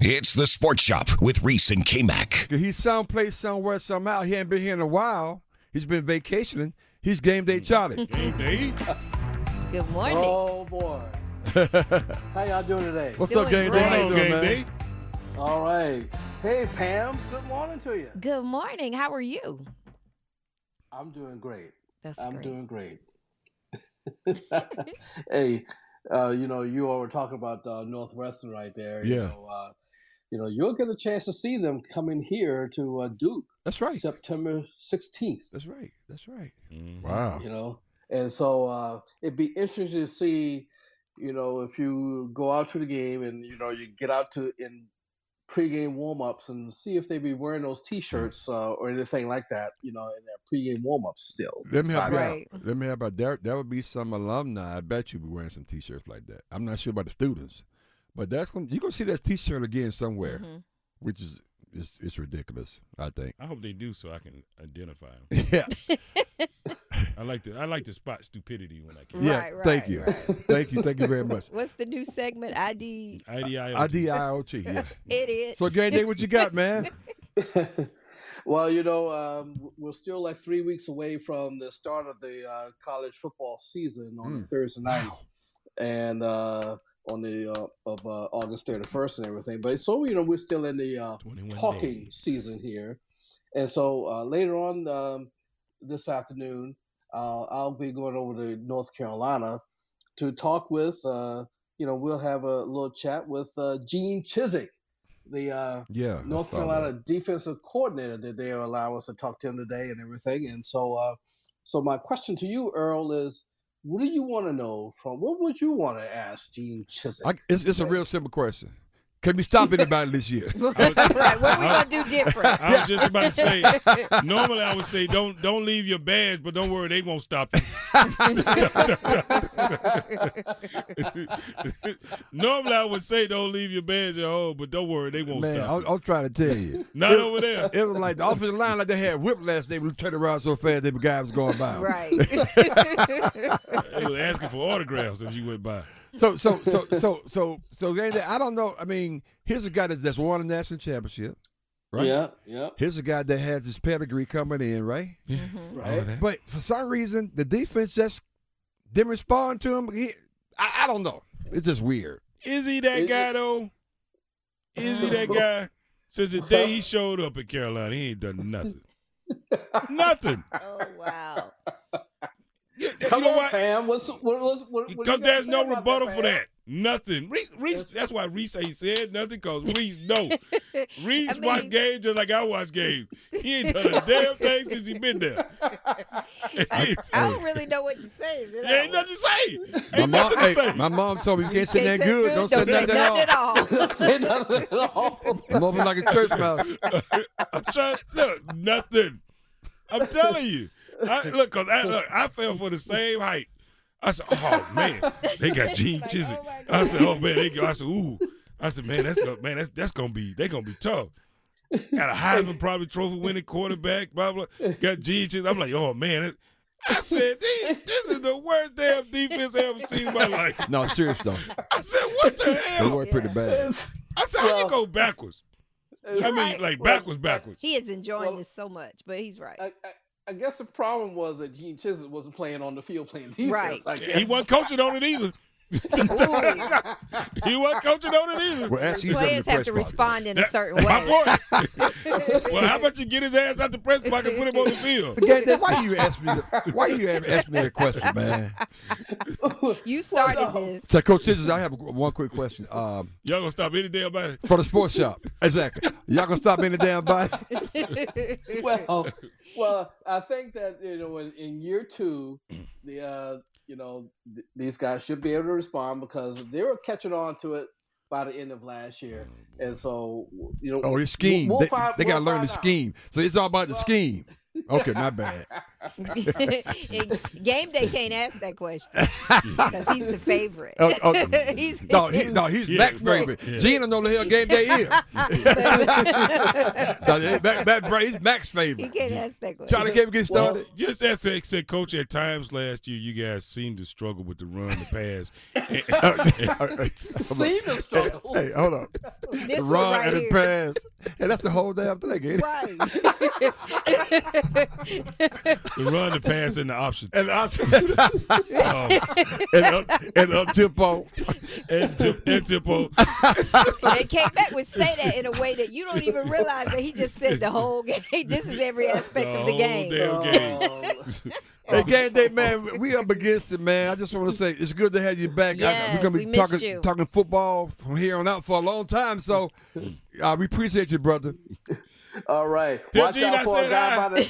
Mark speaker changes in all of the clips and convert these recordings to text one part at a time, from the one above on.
Speaker 1: It's the Sports Shop with Reese and K Mac.
Speaker 2: He's someplace, somewhere, somehow. He ain't been here in a while. He's been vacationing. He's game
Speaker 3: Mm.
Speaker 2: day Charlie.
Speaker 4: Game day.
Speaker 3: Good morning.
Speaker 5: Oh boy. How y'all doing today?
Speaker 2: What's up,
Speaker 3: Doing
Speaker 2: game
Speaker 3: great.
Speaker 2: day? How you
Speaker 4: Hello,
Speaker 2: doing,
Speaker 4: game
Speaker 2: man?
Speaker 4: day.
Speaker 5: All right. Hey Pam, good morning to you.
Speaker 3: Good morning. How are you?
Speaker 5: I'm doing great.
Speaker 3: That's
Speaker 5: I'm
Speaker 3: great.
Speaker 5: doing great. hey, uh, you know, you all were talking about uh, Northwestern right there. You
Speaker 2: Yeah.
Speaker 5: know, uh, you know, you'll get a chance to see them coming here to uh, Duke
Speaker 2: That's right.
Speaker 5: September 16th.
Speaker 2: That's right. That's right.
Speaker 4: Mhm.
Speaker 2: Wow.
Speaker 5: you know and so uh, it'd be interesting to see you know if you go out to the game and you know you get out to in pregame warm-ups and see if they be wearing those t-shirts uh, or anything like that you know in their pregame warm-ups still
Speaker 2: Let me help you
Speaker 3: Right.
Speaker 2: out. Let me help out. There, there would be some alumni. I bet you be wearing some T-shirts like that. I'm not sure about the students, but that's gonna you gonna see that T-shirt again somewhere,
Speaker 3: Mhm.
Speaker 2: which is it's, it's ridiculous. I think.
Speaker 4: I hope they do so I can identify them.
Speaker 2: Yeah.
Speaker 4: I like to I like to spot stupidity when I can.
Speaker 2: yeah.
Speaker 3: Right,
Speaker 2: thank
Speaker 3: right,
Speaker 2: you.
Speaker 3: right.
Speaker 2: Thank you. Thank you very much.
Speaker 3: What's the new segment? ID.
Speaker 4: IDI.
Speaker 2: IDIOT. Yeah.
Speaker 3: It is.
Speaker 2: So game day, what you got, man?
Speaker 5: well you know um, w- we're still like three weeks away from the start of the uh, college football season on thursday night and uh, on the uh, of uh, august 31st and everything but so you know we're still in the uh,
Speaker 4: 21
Speaker 5: talking
Speaker 4: days.
Speaker 5: season here. And so uh, later on um, this afternoon, uh, I'll be going over to North Carolina to talk with, uh, you know, we'll have a little chat with uh, Gene Chiswick, the uh,
Speaker 2: Yeah. I
Speaker 5: North
Speaker 2: saw
Speaker 5: Carolina defensive coordinator that they allow us to talk to him today and everything. And so, uh, so my question to you, Earl, is what do you want to know from, what would you want to ask Gene Chiswick?
Speaker 2: that. I, it's, it's a real simple question. Can we stop anybody this year?
Speaker 3: right. What are we going to do different?
Speaker 4: I was just about to say. Normally, I would say don't don't leave your badge, but don't worry, they won't stop you. normally, I would say don't leave your badge at home, but don't worry, they won't
Speaker 2: Man, oh,
Speaker 4: stop.
Speaker 2: I'm,
Speaker 4: you.
Speaker 2: I'm trying to tell you.
Speaker 4: Not over there.
Speaker 2: It was like the offensive line, like they had whiplash. They would turn around so fast that the guy was going by.
Speaker 3: right.
Speaker 4: They was asking for autographs as you went by.
Speaker 2: So, so, so, so, so, so, Andy, I don't know. I mean, here's a guy that that's won a national championship, right?
Speaker 5: Yeah, yeah,
Speaker 2: Here's a guy that has his pedigree coming in, right?
Speaker 3: Mm-hmm.
Speaker 4: Oh,
Speaker 5: right.
Speaker 2: But for some reason, the defense just didn't respond to him. He, I, I don't know. It's just weird.
Speaker 4: Is he that
Speaker 5: Is
Speaker 4: guy
Speaker 5: it-
Speaker 4: though? Is he that guy? Since the day he showed up in Carolina, he ain't done nothing. nothing.
Speaker 3: oh, wow.
Speaker 4: You
Speaker 5: Come
Speaker 4: know
Speaker 5: on,
Speaker 4: what?
Speaker 5: Pam. What's what? What's, what, what do you
Speaker 4: Because
Speaker 5: got to
Speaker 4: there's
Speaker 5: say
Speaker 4: no
Speaker 5: about
Speaker 4: rebuttal for
Speaker 5: Pam?
Speaker 4: that. Nothing. Reese, Reese, that's why Reese ain't said nothing because Reese know. Reese
Speaker 3: I
Speaker 4: watch
Speaker 3: mean-
Speaker 4: games just like I watch games. He ain't done a damn thing since he been there. Ain't-
Speaker 3: I don't really know what to say. did I?
Speaker 4: there ain't nothing to say.
Speaker 2: My mom,
Speaker 4: Ain't nothing to
Speaker 2: hey,
Speaker 4: say.
Speaker 2: my mom told me you can't sit
Speaker 3: Can't
Speaker 2: that
Speaker 3: say
Speaker 2: good. Don't
Speaker 3: don't
Speaker 2: sit that at all.
Speaker 3: all.
Speaker 5: Say nothing at all.
Speaker 2: I'm open like a church mouse.
Speaker 4: I'm trying. Look, nothing. I'm telling you. I, look, cause I look, I fell for the same height. I said, oh man, they got Gene
Speaker 3: Like,
Speaker 4: Chiswick.
Speaker 3: oh, my
Speaker 4: I said, oh man, they go. I said, ooh. I said, man, that's gonna, man, that's that's gonna be they gonna be tough. Got a Heisman probably trophy winning quarterback, blah blah. Got Gene Chiswick. I'm like, oh man. It, I said, this, this is the worst damn defense I ever seen in my life.
Speaker 2: No, serious though.
Speaker 4: I said, what the
Speaker 2: It
Speaker 4: hell?
Speaker 2: worked pretty bad.
Speaker 4: I said, how you go backwards? I mean,
Speaker 3: right.
Speaker 4: like backwards, backwards.
Speaker 3: He is enjoying
Speaker 5: Well-
Speaker 3: this so much, but he's right.
Speaker 5: I, I, I guess the problem was that Gene Chisholm wasn't playing on the field playing defense.
Speaker 3: Right.
Speaker 5: I guess.
Speaker 4: He wasn't coaching on it either.
Speaker 3: Ooh.
Speaker 4: He wasn't coaching on it either.
Speaker 2: Well, ask each other
Speaker 3: Players
Speaker 2: the
Speaker 3: have to
Speaker 2: press box.
Speaker 3: respond in a certain
Speaker 4: My
Speaker 3: way.
Speaker 4: point. well, how about you get his ass out the press box and put him on the field?
Speaker 2: Gang, then why you ask me? Why you ask me that question, man?
Speaker 3: You started this.
Speaker 2: So, Coach Chisholm, I have one quick question. Um,
Speaker 4: Y'all gonna stop any damn body?
Speaker 2: for the sports shop, exactly. Y'all gonna stop in the damn body?
Speaker 5: well, well, I think that you know, in, in year two, the uh, you know th- these guys should be able to respond because they were catching on to it by the end of last year. And so, w- you know,
Speaker 2: Oh, it's scheme.
Speaker 5: we'll
Speaker 2: they
Speaker 5: find-
Speaker 2: they gotta
Speaker 5: we'll
Speaker 2: learn to
Speaker 5: find out.
Speaker 2: scheme. So it's all about the
Speaker 5: Well-
Speaker 2: scheme. Okay, my bad.
Speaker 3: Game day can't ask that question because he's the favorite.
Speaker 2: Oh, oh,
Speaker 3: He's-
Speaker 2: no, he, no, he's
Speaker 4: Yeah.
Speaker 2: Mac's favorite.
Speaker 4: Yeah.
Speaker 2: Gina know the hell game day is. no, that, that, that, bro, he's Mac's
Speaker 3: he
Speaker 2: favorite.
Speaker 3: can't ask that question.
Speaker 2: Charlie, can we get started?
Speaker 4: Just as I said, coach, at times last year, you guys seemed to struggle with the run, the pass. And-
Speaker 2: All right.
Speaker 5: See the struggle.
Speaker 2: hey, hold on.
Speaker 3: This one
Speaker 2: Run
Speaker 3: right
Speaker 2: and the
Speaker 3: here.
Speaker 2: pass. Hey, that's the whole damn thing. ain't it?
Speaker 4: the run, the pass, and the option.
Speaker 2: And I
Speaker 4: Um,
Speaker 2: and up, and uh, up tempo.
Speaker 4: and, tip, uh, and Tipo,
Speaker 3: And K Mac would say that in a way that you don't even realize that he just said the whole game. This is every aspect
Speaker 4: The
Speaker 3: of the
Speaker 4: whole
Speaker 3: game.
Speaker 4: damn-
Speaker 5: Oh,
Speaker 2: Hey, game day, man. We up against it, man. I just want to say it's good to have you back. I-
Speaker 3: Yes,
Speaker 2: we're gonna
Speaker 3: we
Speaker 2: be
Speaker 3: missed
Speaker 2: talking
Speaker 3: you.
Speaker 2: talking football from here on out for a long time. So uh, we appreciate you, brother.
Speaker 5: All right.
Speaker 4: Did
Speaker 5: Watch
Speaker 4: you
Speaker 5: out
Speaker 4: not
Speaker 5: for
Speaker 4: say
Speaker 5: a guy by the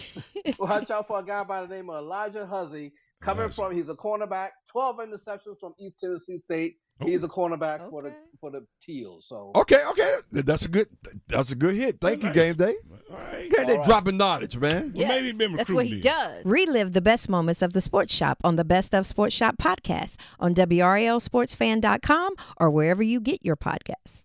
Speaker 5: watch out for a guy by the name of Elijah Huzzy. Coming
Speaker 4: Elijah.
Speaker 5: from he's a cornerback, twelve interceptions from East Tennessee State. He's a cornerback for the
Speaker 3: Okay.
Speaker 5: for the Teals. So
Speaker 2: Okay, okay. That's a good. That's a good hit. Thank you,
Speaker 4: Nice.
Speaker 2: game day.
Speaker 4: All right.
Speaker 2: Game day
Speaker 5: All right.
Speaker 2: dropping knowledge, man.
Speaker 4: Well, maybe been
Speaker 3: That's what he
Speaker 4: recruiting
Speaker 3: does. Relive the best moments of the Sports Shop on the Best of Sports Shop podcast on WRLSportsFan.com or wherever you get your podcasts.